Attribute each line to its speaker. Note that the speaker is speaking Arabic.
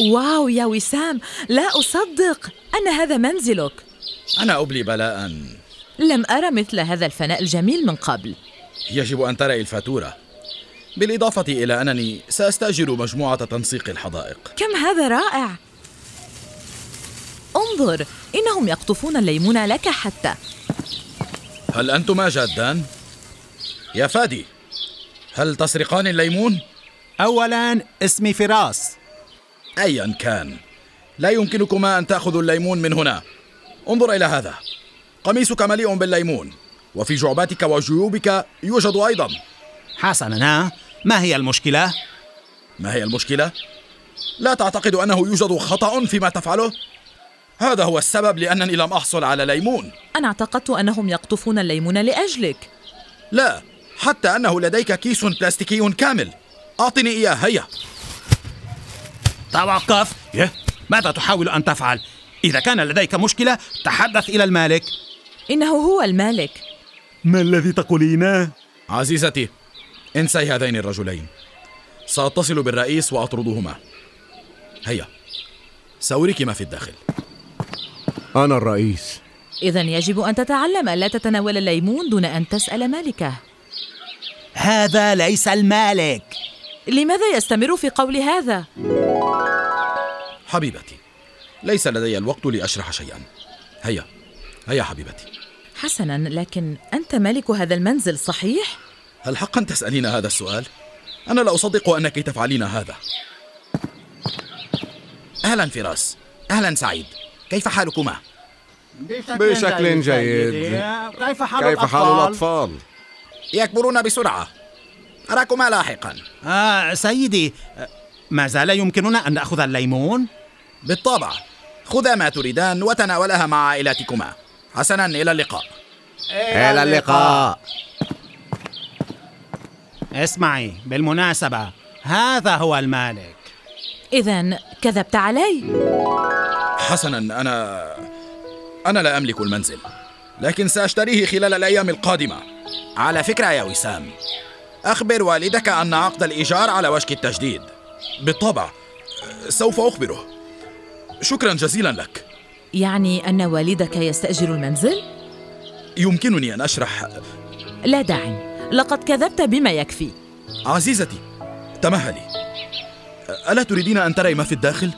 Speaker 1: واو يا وسام لا أصدق أن هذا منزلك
Speaker 2: أنا أبلي بلاء
Speaker 1: لم أرى مثل هذا الفناء الجميل من قبل
Speaker 2: يجب أن ترى الفاتورة بالإضافة إلى أنني سأستأجر مجموعة تنسيق الحدائق
Speaker 1: كم هذا رائع انظر إنهم يقطفون الليمون لك حتى
Speaker 2: هل أنتما جادان؟ يا فادي هل تسرقان الليمون؟
Speaker 3: أولا اسمي فراس
Speaker 2: أيا كان لا يمكنكما أن تأخذوا الليمون من هنا انظر إلى هذا قميصك مليء بالليمون وفي جعباتك وجيوبك يوجد أيضا
Speaker 3: حسنا ها؟ ما هي المشكلة؟
Speaker 2: ما هي المشكلة؟ لا تعتقد أنه يوجد خطأ فيما تفعله؟ هذا هو السبب لأنني لم أحصل على ليمون
Speaker 1: أنا اعتقدت أنهم يقطفون الليمون لأجلك
Speaker 2: لا حتى أنه لديك كيس بلاستيكي كامل أعطني إياه هيا
Speaker 3: توقف يه؟ ماذا تحاول أن تفعل؟ إذا كان لديك مشكلة تحدث إلى المالك
Speaker 1: إنه هو المالك
Speaker 4: ما الذي تقولينه؟
Speaker 2: عزيزتي انسي هذين الرجلين سأتصل بالرئيس وأطردهما هيا سأريك ما في الداخل
Speaker 4: أنا الرئيس
Speaker 1: إذا يجب أن تتعلم ألا تتناول الليمون دون أن تسأل مالكه
Speaker 3: هذا ليس المالك
Speaker 1: لماذا يستمر في قول هذا؟
Speaker 2: حبيبتي ليس لدي الوقت لأشرح شيئا هيا هيا حبيبتي
Speaker 1: حسنا لكن أنت مالك هذا المنزل صحيح؟
Speaker 2: هل حقا تسألين هذا السؤال؟ أنا لا أصدق أنك تفعلين هذا أهلا فراس أهلا سعيد كيف حالكما؟
Speaker 4: بشكل جيد.
Speaker 5: كيف حال
Speaker 4: كيف حال الأطفال؟
Speaker 2: يكبرون بسرعة أراكما لاحقا
Speaker 3: آه سيدي آه، ما زال يمكننا أن نأخذ الليمون؟
Speaker 2: بالطبع خذا ما تريدان وتناولها مع عائلتكما حسنا إلى اللقاء
Speaker 4: إلى اللقاء
Speaker 3: اسمعي بالمناسبة هذا هو المالك
Speaker 1: إذا كذبت علي
Speaker 2: حسنا أنا أنا لا أملك المنزل لكن سأشتريه خلال الأيام القادمة على فكرة يا وسام أخبر والدك أن عقد الإيجار على وشك التجديد بالطبع سوف أخبره شكرا جزيلا لك
Speaker 1: يعني أن والدك يستأجر المنزل؟
Speaker 2: يمكنني أن أشرح
Speaker 1: لا داعي لقد كذبت بما يكفي
Speaker 2: عزيزتي تمهلي ألا تريدين أن تري ما في الداخل؟